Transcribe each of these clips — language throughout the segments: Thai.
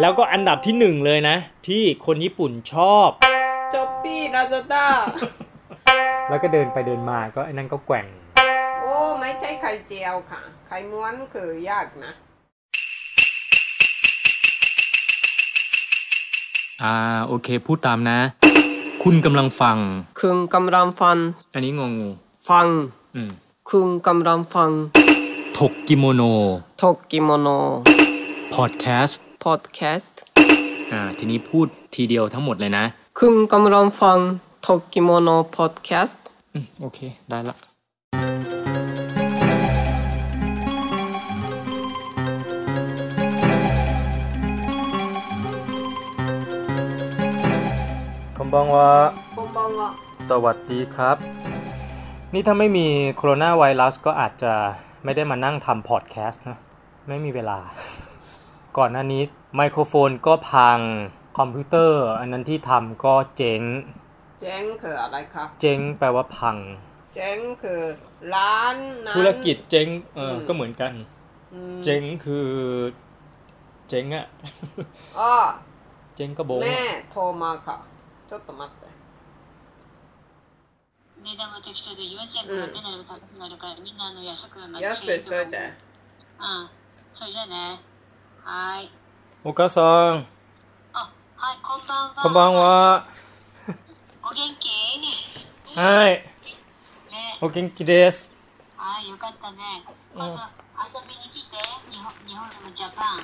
แล้วก็อันดับที่หนึ่งเลยนะ ที่คนญี่ปุ่นชอบ ช้อปปี้ลาซาด้ า แล้วก็เดินไปเดินมาก็ไอ้นั่นก็แกว่ง โอ้ไม่ใช่ไข่เจียวค่ะ ไข่ม้วนคือยากนะ อ่าโอเค พูดตามนะ คุณกำลังฟัง คุณกำลังฟัง อันนี้งง ฟัง อืม คุณกำลังฟัง ถกกิโมโน ทกกิโมโน พอดแคสต์ พอดแคสต์ อ่าทีนี้พูดทีเดียวทั้งหมดเลยนะ คุณกำลังฟังทกกิโมโนพอดแคสต์ อืมโอเค ได้ละ こんばんは。こんばんは。 สวัสดีครับ นี่ถ้าไม่มีโคโรนาไวรัสก็อาจจะไม่ได้มานั่งทำพอดแคสต์นะ ไม่มีเวลา ก่อนหน้านี้ไมโครโฟนก็พัง คอมพิวเตอร์ อันนั้นที่ทำก็เจ๊ง เจ๊งคืออะไรครับ เจ๊งแปลว่าพัง เจ๊งคือร้านนั้น ธุรกิจเจ๊งเอออ ม ก็เหมือนกัน อืม เจ๊งคือ เจ๊งอะ อ้อ เจ๊งก็โบง แม่ อะ โทรมาค่ะ ちょっと待って。値段も適正で4 0 0円目なる高くなるからみんなあの安くま安くしといて。うんそれじゃあねはーい โอกาซัง あはいこんばんはこんばんはお元気はいねお元気ですはいよかったねまた遊びに来て日本日本でもジャパン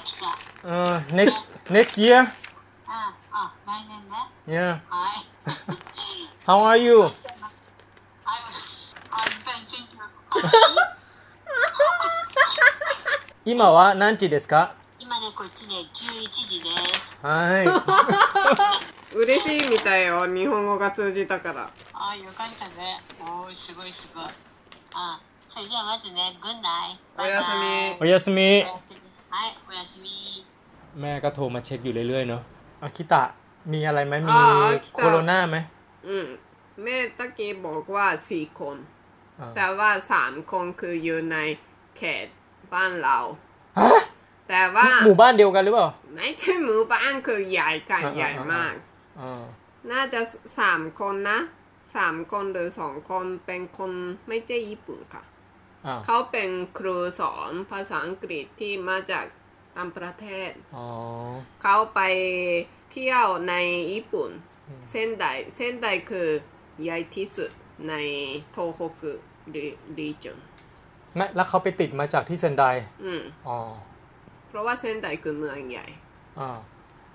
秋田うんうん next next year あ来年ね yeah はい how are you I'm I'm fine thank you 今は何時ですか今ねこっちね11時ですはい嬉しいみたいよ、日本語が通じたから。あよかったねおーすごいすごいあそれじゃあまずね軍内おやす み。おやすみはいおやすみ แม่ก็โทรมาเช็คอยู่เรื่อยๆเนาะ อากิตะมีอะไรไหมมี อ่าอากิตะ โคโรนาไหม อืมแม่ตะกี้บอกว่าสี่คน อ่า แต่ว่าสามคนคืออยู่ในเขตบ้านเรา แต่ว่า หมู่บ้านเดียวกันหรือเปล่า ไม่ใช่หมู่บ้านคือใหญ่กัน อ่าอ่าอ่า ใหญ่มาก อ่า น่าจะสามคนนะสามคนหรือสองคนเป็นคนไม่ใช่ญี่ปุ่นค่ะ อ้าว เขาเป็นครูสอนภาษาอังกฤษที่มาจากต่างประเทศ อ๋อ เขาไปเที่ยวในญี่ปุ่น เส้นใดเส้นใดคือใหญ่ที่สุดในโทโฮกุรีจน แม่แล้วเขาไปติดมาจากที่เซนได อืม อ๋อ เพราะว่าเส้นใดคือเมืองใหญ่ อ่า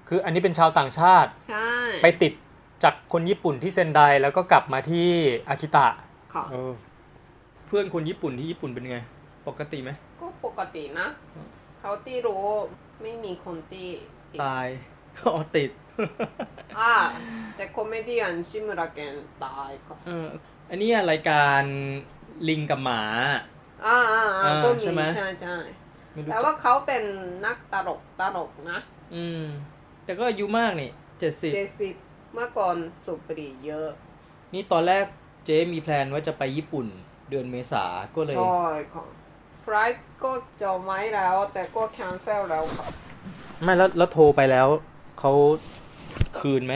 คืออันนี้เป็นชาวต่างชาติ ใช่ ไปติดจากคนญี่ปุ่นที่เซนไดแล้วก็กลับมาที่อากิตะ ค่ะ เออ เพื่อนคนญี่ปุ่นที่ญี่ปุ่นเป็นไง ปกติไหม ก็ปกตินะ เขาที่รู้ไม่มีคนที่ติด ตาย อ๋อติด อ่าแต่คอมเมดี้อันชิมุระเกนตายค่ะ เอออันนี้รายการลิงกับหมา อ่าอ่าอ่า อ่า ก็มี ใช่ไหม ใช่ใช่ ไม่รู้ แต่ จัก ว่าเขาเป็นนักตลกตลกนะ อืม แต่ก็อายุมากนี่เจ็ดสิบ เจสิบเมื่อก่อนสูบบุหรี่เยอะ นี่ตอนแรกเจ๊มีแพลนว่าจะไปญี่ปุ่นเดือนเมษาก็เลย ใช่ค่ะไฟลท์ก็จองไว้แล้ว แต่ก็แคนเซลแล้วค่ะ ไม่แล้วแล้วโทรไปแล้วเขา คืนไหม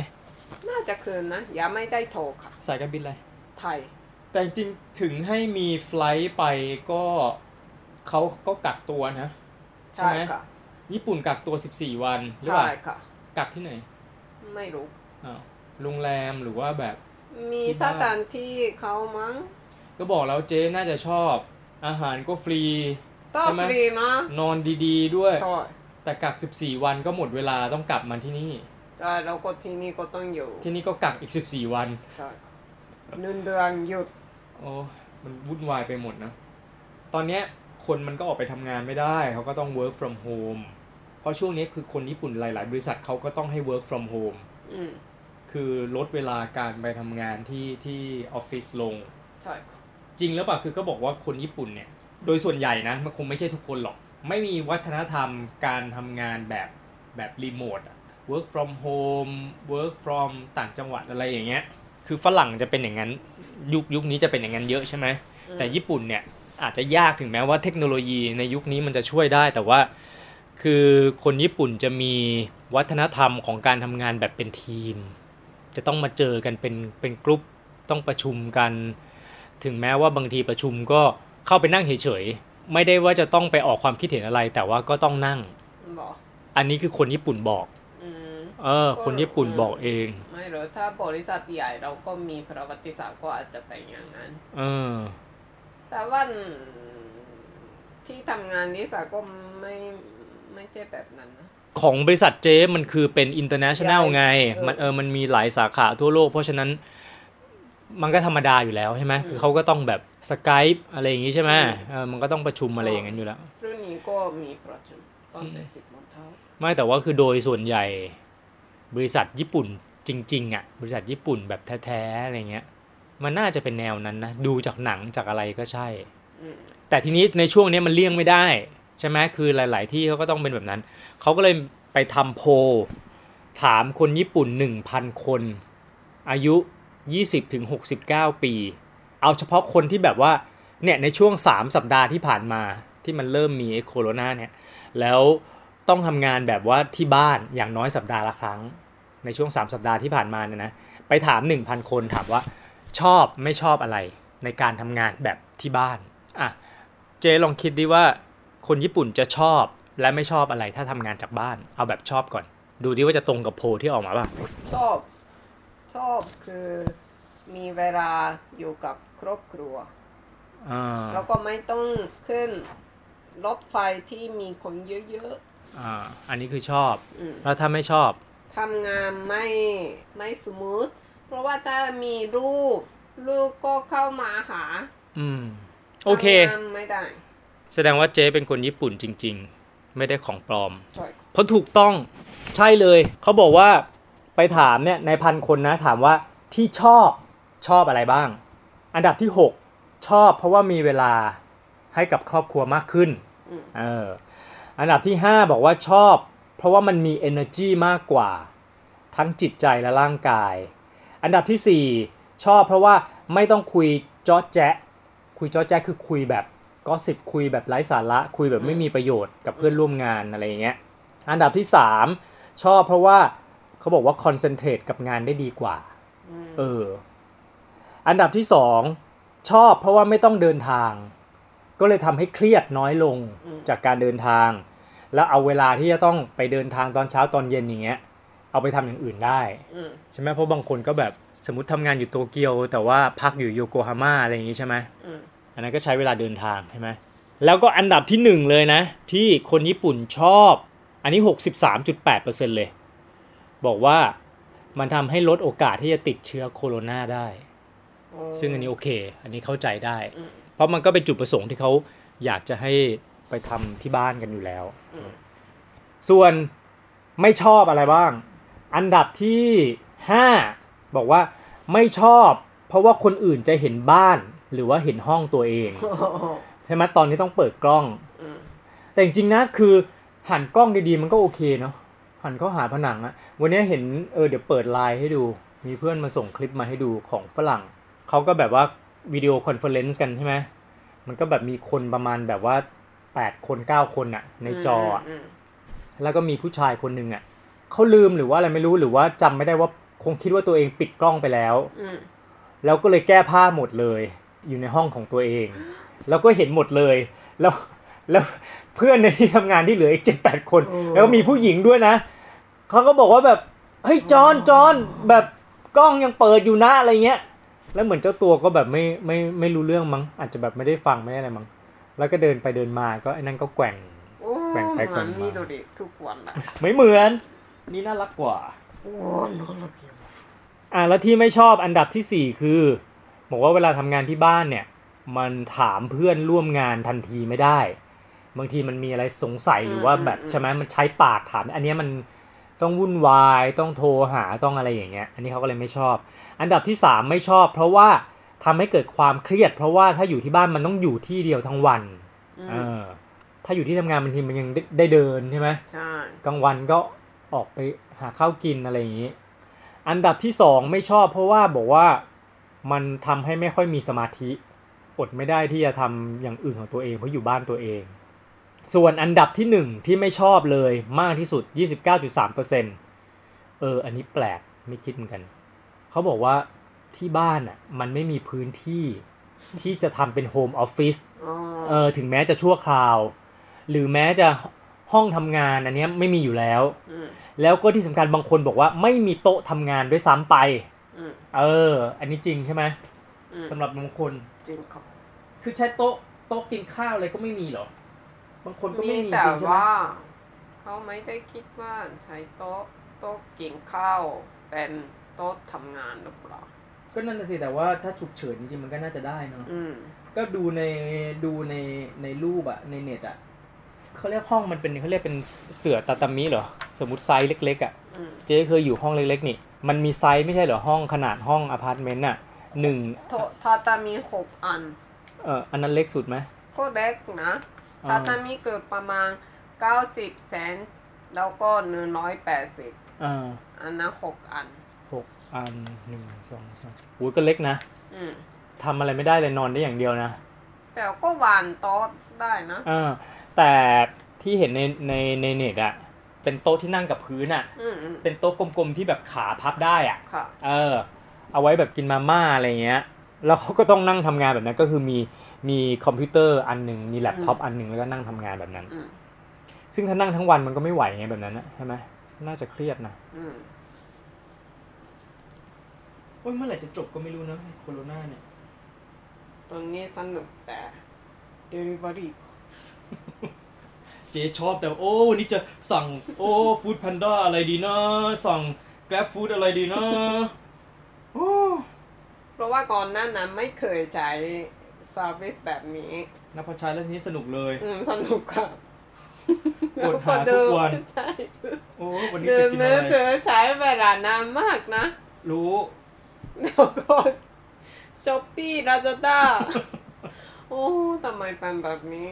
น่าจะคืนนะยังไม่ได้โทรค่ะ สายการบินอะไร ไทย แต่จริงๆถึงให้มีไฟลท์ไปก็เขาก็กักตัวนะ ใช่ ใช่ ไหม ค่ะ ญี่ปุ่นกักตัว 14 วันใช่ ใช่ ป่ะ ค่ะ กักที่ไหน ไม่รู้ อ้าวโรงแรมหรือว่าแบบ มี ที่ ส บ้าน ถานที่เขามั้ง ก็บอกแล้วเจ๊น่าจะชอบอาหารก็ฟรี ต้อ ใช่ ง ไหม ฟรีนะ นอนดีๆด้วย ใช่ แต่กัก 14 วันก็หมดเวลาต้องกลับมาที่นี่ แต่เราก็ที่นี่ก็ต้องอยู่ ที่นี่ก็กักอีก 14 วัน ใช่หนึ่งเดือนหยุด โอ้มันวุ่นวายไปหมดนะ ตอนเนี้ยคนมันก็ออกไปทำงานไม่ได้เขาก็ต้อง work from home เพราะช่วงนี้คือคนญี่ปุ่นหลาย ๆ บริษัทเขาก็ต้องให้ work from home อืม คือลดเวลาการไปทำงานที่ที่ออฟฟิศลง ใช่ค่ะ จริงแล้วปล่ะคือก็บอกว่าคนญี่ปุ่นเนี่ย โดยส่วนใหญ่นะ มันคงไม่ใช่ทุกคนหรอก ไม่มีวัฒนธรรมการทำงานแบบแบบรีโมทอะ work from home work from ต่างจังหวัดอะไรอย่างเงี้ย คือฝรั่งจะเป็นอย่างนั้น ยุคยุคนี้จะเป็นอย่างนั้นเยอะใช่ไหม อืม แต่ญี่ปุ่นเนี่ยอาจจะยากถึงแม้ว่าเทคโนโลยีในยุคนี้มันจะช่วยได้ แต่ว่า คือคนญี่ปุ่นจะมีวัฒนธรรมของการทำงานแบบเป็นทีม จะต้องมาเจอกันเป็นเป็นกลุ่มต้องประชุมกัน ถึงแม้ว่าบางทีประชุมก็เข้าไปนั่งเฉยๆไม่ได้ว่าจะต้องไปออกความคิดเห็นอะไร แต่ว่าก็ต้องนั่ง หรอ อันนี้คือคนญี่ปุ่นบอก อืม เออ คนญี่ปุ่นบอกเอง ไม่รู้ถ้าบริษัทใหญ่เราก็มีประวัติศาสตร์ก็อาจจะเป็นอย่างนั้น เออ แต่ว่าอืมที่ทำงานนิสาก็ไม่ไม่ใช่แบบนั้นนะ ของบริษัทเจมันคือเป็น international ใหญ่ ไง เออ มันเออ มันมีหลายสาขาทั่วโลก เพราะฉะนั้นมันก็ธรรมดาอยู่แล้วใช่ไหมคือเขาก็ต้องแบบสกายอะไรอย่างงี้ใช่ไหมเออ มันก็ต้องประชุมอะไรอย่างนั้นอยู่แล้ว รุ่นนี้ก็มีประชุมตอนเจ็ดสิบโมงเช้า ไม่แต่ว่าคือโดยส่วนใหญ่บริษัทญี่ปุ่นจริงๆอ่ะ บริษัทญี่ปุ่นแบบแท้ๆอะไรเงี้ย มันน่าจะเป็นแนวนั้นนะ ดูจากหนังจากอะไรก็ใช่ อืม แต่ทีนี้ในช่วงนี้มันเลี่ยงไม่ได้ ใช่ไหมคือหลาย ๆ ที่เขาก็ต้องเป็นแบบนั้น เขาก็เลยไปทำโพลถามคนญี่ปุ่น 1,000 คน อายุ 20-69 ปี เอาเฉพาะคนที่แบบว่าเนี่ยในช่วง 3 สัปดาห์ที่ผ่านมาที่มันเริ่มมีไอ้โคโรนาเนี่ย แล้วต้องทำงานแบบว่าที่บ้านอย่างน้อยสัปดาห์ละครั้ง ในช่วง 3 สัปดาห์ที่ผ่านมาเนี่ยนะ ไปถาม 1,000 คนถามว่าชอบไม่ชอบอะไรในการทำงานแบบที่บ้านอ่ะ เจลองคิดดิว่าคนญี่ปุ่นจะชอบและไม่ชอบอะไรถ้าทำงานจากบ้าน เอาแบบชอบก่อน ดูดิว่าจะตรงกับโพลที่ออกมาป่ะ ชอบ ชอบคือมีเวลาอยู่กับครอบครัว อ่า แล้วก็ไม่ต้องขึ้นรถไฟที่มีคนเยอะ อ่าอันนี้คือชอบ ๆอืม แล้วถ้าไม่ชอบ ทำงานไม่ไม่สมูท เพราะว่าถ้ามีลูกลูกก็เข้ามาหา อืม โอเค ทำงานไม่ได้ แสดงว่าเจเป็นคนญี่ปุ่นจริง ๆ ไม่ได้ของปลอม ใช่ เพราะถูกต้องใช่เลย เขาบอกว่าไปถามเนี่ยในพันคนนะ ถามว่าที่ชอบชอบอะไรบ้าง อันดับที่ 6 ชอบเพราะว่ามีเวลาให้กับครอบครัวมากขึ้น อืม เอออันดับที่ 5 บอกว่าชอบ เพราะว่ามันมี energy มากกว่า ทั้งจิตใจและร่างกาย อันดับทีสี่ 4 ชอบเพราะว่าไม่ต้องคุยเจาะแจ๊ะ คุยเจาะแจ๊ะคือคุยแบบก็สิบคุยแบบไร้สาระคุยแบบไม่มีประโยชน์กับเพื่อนร่วมงานอะไรอย่างเงี้ยอันดับที่ 3 ชอบเพราะว่าเขาบอกว่า concentrate กับงานได้ดีกว่า อืม เออ อันดับที่สองชอบเพราะว่าไม่ต้องเดินทาง ก็เลยทำให้เครียดน้อยลงจากการเดินทาง แล้วเอาเวลาที่จะต้องไปเดินทางตอนเช้าตอนเย็นอย่างเงี้ย เอาไปทำอย่างอื่นได้ อืม ใช่ไหมเพราะบางคนก็แบบสมมติทำงานอยู่โตเกียว แต่ว่าพักอยู่โยโกฮาม่าอะไรอย่างงี้ใช่ไหม อืม อันนั้นก็ใช้เวลาเดินทางใช่ไหม แล้วก็อันดับที่หนึ่งเลยนะ ที่คนญี่ปุ่นชอบ อันนี้ 63.8%เลย บอกว่ามันทำให้ลดโอกาสที่จะติดเชื้อโคโรนาได้ โ ซึ่งอันนี้โอเค อันนี้เข้าใจได้ อืม เพราะมันก็เป็นจุดประสงค์ที่เขาอยากจะให้ไปทำที่บ้านกันอยู่แล้ว อืม ส่วนไม่ชอบอะไรบ้าง อันดับที่ 5 บอกว่าไม่ชอบ เพราะว่าคนอื่นจะเห็นบ้านหรือว่าเห็นห้องตัวเอง ใช่ไหมตอนนี้ต้องเปิดกล้อง อืม แต่จริงๆนะคือหันกล้องดีๆ มันก็โอเคเนาะหันเข้าหาผนังอะวันนี้เห็นเออเดี๋ยวเปิดไลน์ให้ดู มีเพื่อนมาส่งคลิปมาให้ดูของฝรั่ง เขาก็แบบว่าวิดีโอคอนเฟอเรนซ์กันใช่ไหมมันก็แบบมีคนประมาณแบบว่า 8 คน 9 คนอะในจออะ ม แล้วก็มีผู้ชายคนหนึ่งอะเขาลืมหรือว่าอะไรไม่รู้หรือว่าจำไม่ได้ว่าคงคิดว่าตัวเองปิดกล้องไปแล้ว อืม แล้วก็เลยแก้ผ้าหมดเลย อยู่ในห้องของตัวเอง แล้วก็เห็นหมดเลย แล้วแล้วเพื่อนในที่ทำงานที่เหลืออีกเจ็ดแปดคน แล้วก็มีผู้หญิงด้วยนะเขาก็บอกว่าแบบเฮ้ยจอนจอนแบบกล้องยังเปิดอยู่นะอะไรเงี้ย แล้วเหมือนเจ้าตัวก็แบบไม่ไม่ไม่รู้เรื่องมั้งอาจจะแบบไม่ได้ฟังไม่ได้อะไรมั้งแล้วก็เดินไปเดินมาก็ไอ้นั่นก็แกว่ง โอ้ แกว่งไปแกว่งมา มันมีดริทุกวันละ ไม่เหมือน นี่น่ารักกว่า โอ้นอนหลับอยู่ อ่ะแล้วที่ไม่ชอบอันดับที่สี่คือบอกว่าเวลาทำงานที่บ้านเนี่ย มันถามเพื่อนร่วมงานทันทีไม่ได้ บางทีมันมีอะไรสงสัยหรือว่าแบบใช่ไหมมันใช้ปากถาม อันเนี้ยมันต้องวุ่นวายต้องโทรหาต้องอะไรอย่างเงี้ย อันนี้เขาก็เลยไม่ชอบ อันดับที่สามไม่ชอบ เพราะว่าทำให้เกิดความเครียด เพราะว่าถ้าอยู่ที่บ้านมันต้องอยู่ที่เดียวทั้งวัน อื เอ ม อถ้าอยู่ที่ทำงานบางทีมันยังได้ได้เดินใช่ไหม ใช่ กลางวันก็ออกไปหาข้าวกินอะไรอย่างนี้ อันดับที่สองไม่ชอบเพราะว่าบอกว่ามันทำให้ไม่ค่อยมีสมาธิ อดไม่ได้ที่จะทำอย่างอื่นของตัวเองเพราะอยู่บ้านตัวเอง ส่วนอันดับที่หนึ่งที่ไม่ชอบเลยมากที่สุด 29.3%เออ อันนี้แปลกไม่คิดเหมือนกัน เขาบอกว่าที่บ้านอ่ะมันไม่มีพื้นที่ที่จะทำเป็นโฮมออฟฟิศ อ๋อ เออถึงแม้จะชั่วคราว หรือแม้จะห้องทำงานอันเนี้ยไม่มีอยู่แล้ว อืม แล้วก็ที่สำคัญบางคนบอกว่าไม่มีโต๊ะทำงานด้วยซ้ำไป อืม เออ อันนี้จริงใช่ไหม อืม สำหรับบางคน จริงครับ คือใช้โต๊ะโต๊ะกินข้าวอะไรก็ไม่มีเหรอ บางคนก็ มี ไม่มีจ แต่ ริงใช่ไหม ว่า เขาไม่ได้คิดว่าใช้โต๊ะโต๊ะกินข้าวเป็นโต๊ะทำงานหรือเปล่า ก็นั่นน่ะสิแต่ว่าถ้าฉุกเฉินจริงๆมันก็น่าจะได้เนาะ อืม ก็ดูในดูในในรูปอะในเน็ตอะ เขาเรียกห้องมันเป็นเขาเรียกเป็นเสื่อตาตามิเหรอ สมมติไซส์เล็กๆอ่ะ อืม เจ๊เคยอยู่ห้องเล็กๆนี่ มันมีไซส์ไม่ใช่เหรอห้องขนาดห้องอพาร์ตเมนต์น่ะหนึ่ง โต๊ะทาตามีหกอัน เอออันนั้นเล็กสุดไหม ก็เล็กนะ เออ ทาตามิคือประมาณ 90เซนแล้วก็หนึ่งร้อยแปดสิบ เออ อันนะหกอัน หกอันหนึ่งสองสามโอ้ยก็เล็กนะ อืม ทำอะไรไม่ได้เลยนอนได้อย่างเดียวนะ แต่ก็วานโต๊ะได้นะ อาแต่ที่เห็นในในในเน็ตอะเป็นโต๊ะที่นั่งกับพื้นอะ อืมอืม เป็นโต๊ะกลมๆที่แบบขาพับได้อะ ค่ะ เออ เอาไว้แบบกินมาม่าอะไรเงี้ย แล้วเขาก็ต้องนั่งทำงานแบบนั้นก็คือมีมีคอมพิวเตอร์อันหนึ่งมีแล็ปท็อปอันหนึ่งแล้วก็นั่งทำงานแบบนั้น อืม ซึ่งถ้านั่งทั้งวันมันก็ไม่ไหวไงแบบนั้นนะใช่ไหมน่าจะเครียดนะ อืม โอ้ยเมื่อไหร่จะจบก็ไม่รู้นะโคโรนาเนี่ย ตรงนี้สนุกแต่ delivery เจ๊ชอบแต่โอ้วันนี้จะสั่งโอ้ฟู้ดแพนด้าอะไรดีนะ สั่งแกร็บฟู้ดอะไรดีนะโอ้ เพราะว่าก่อนหน้านั้นไม่เคยใช้ service แบบนี้ นับพอใช้แล้วทีนี้สนุกเลย อืม สนุกค่ะ กดหาทุกวัน แล้วเดิใช่ โอ้วันนี้ เดิ จะ น กิน มื อะ อ ไร ถือใช้เวลานานมากนะ รู้ แล้วก็ช้อปปี้ลาซา ด้าโอ้ทำไมเป็นแบบนี้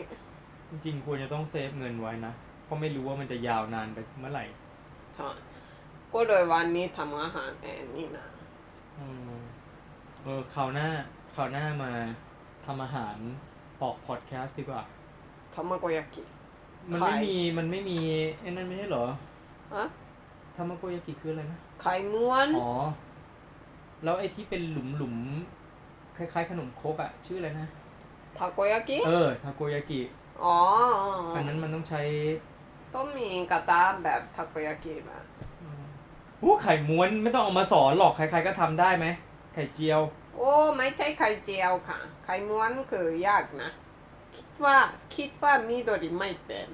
จริงๆควรจะต้องเซฟเงินไว้นะ เพราะไม่รู้ว่ามันจะยาวนานไปเมื่อไหร่ ก็โดยวันนี้ทำอาหารแอนนี่นะ อืมเออคราวหน้าคราวหน้ามาทำอาหารออกพอดแคสต์ดีกว่า ทามากโกยากิ มัน ขา ไม่ ย มีมันไม่มีไอ้นั่นไม่ใช่เหรอ อะ ทามาโกยากิคืออะไรนะ ไข่ม้วน อ๋อ แล้วไอ้ที่เป็นหลุมหลุมๆคล้าย ๆ ขนมครกอะชื่ออะไรนะ ทาโกยากิ เออ ทาโกยากิ อ๋อ อันนั้นมันต้องใช้ ต้องมีกระตาแบบทาโกยากินะ อู้ไข่ม้วนไม่ต้องเอามาสอนหรอก ใครๆก็ทำได้ไหม ไข่เจียว โอ้ไม่ใช่ไข่เจียวค่ะ ไข่ม้วนคือยากนะ คิดว่าคิดว่ามีโดริไม่เป็น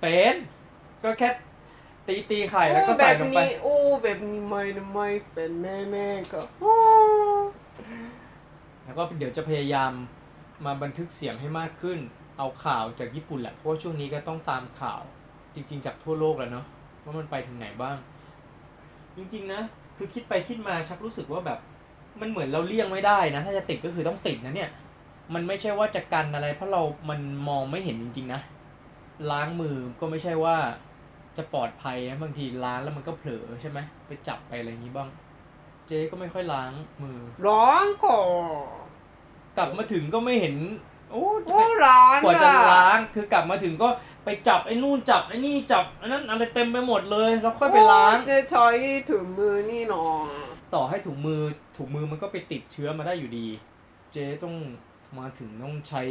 เป็น ก็แค่ตีตีๆไข่แล้วก็ใส่ลง โอ้แบบ ไป นี้โอ้แบบนี้ไม่ไม่เป็นแน่ๆก็โอ้ แล้วก็เดี๋ยวจะพยายามมาบันทึกเสียงให้มากขึ้น เอาข่าวจากญี่ปุ่นแหละ เพราะว่าช่วงนี้ก็ต้องตามข่าวจริง ๆ จากทั่วโลกแล้วเนาะว่ามันไปถึงไหนบ้าง จริง ๆ นะ คือคิดไปคิดมาชักรู้สึกว่าแบบ มันเหมือนเราเลี่ยงไม่ได้นะ ถ้าจะติดก็คือต้องติดนะเนี่ย มันไม่ใช่ว่าจะกันอะไร เพราะเรามันมองไม่เห็นจริง ๆ นะ ล้างมือก็ไม่ใช่ว่าจะปลอดภัยนะบางทีล้างแล้วมันก็เผลอใช่ไหมไปจับไปอะไรอย่างนี้บ้าง เจ๊ก็ไม่ค่อยล้างมือ ร้อนก่อก ลับมาถึงก็ไม่เห็น โอ้ โอ้ร้อน กว่าจะ อะ ล้างคือกลับมาถึงก็ไปจับไอ้นู่นจับไอ้นี่จับไอันนั้นอะไรเต็มไปหมดเลยแล้วค่อยไปล้าง โอ้เนี่ยช้อยถือมือนี่หนอ ต่อให้ถุงมือถุงมือมันก็ไปติดเชื้อมาได้อยู่ดี เจ๊ต้องมาถึงต้องใช้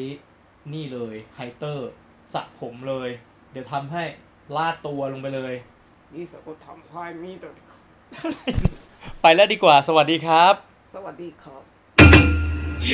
นี่เลยไฮเตอร์สระผมเลย เดี๋ยวทำให้ลาดตัวลงไปเลย นี่สกุลทำพายมีตัวเดียว ไปแล้วดีกว่าสวัสดีครับ สวัสดีครับ โย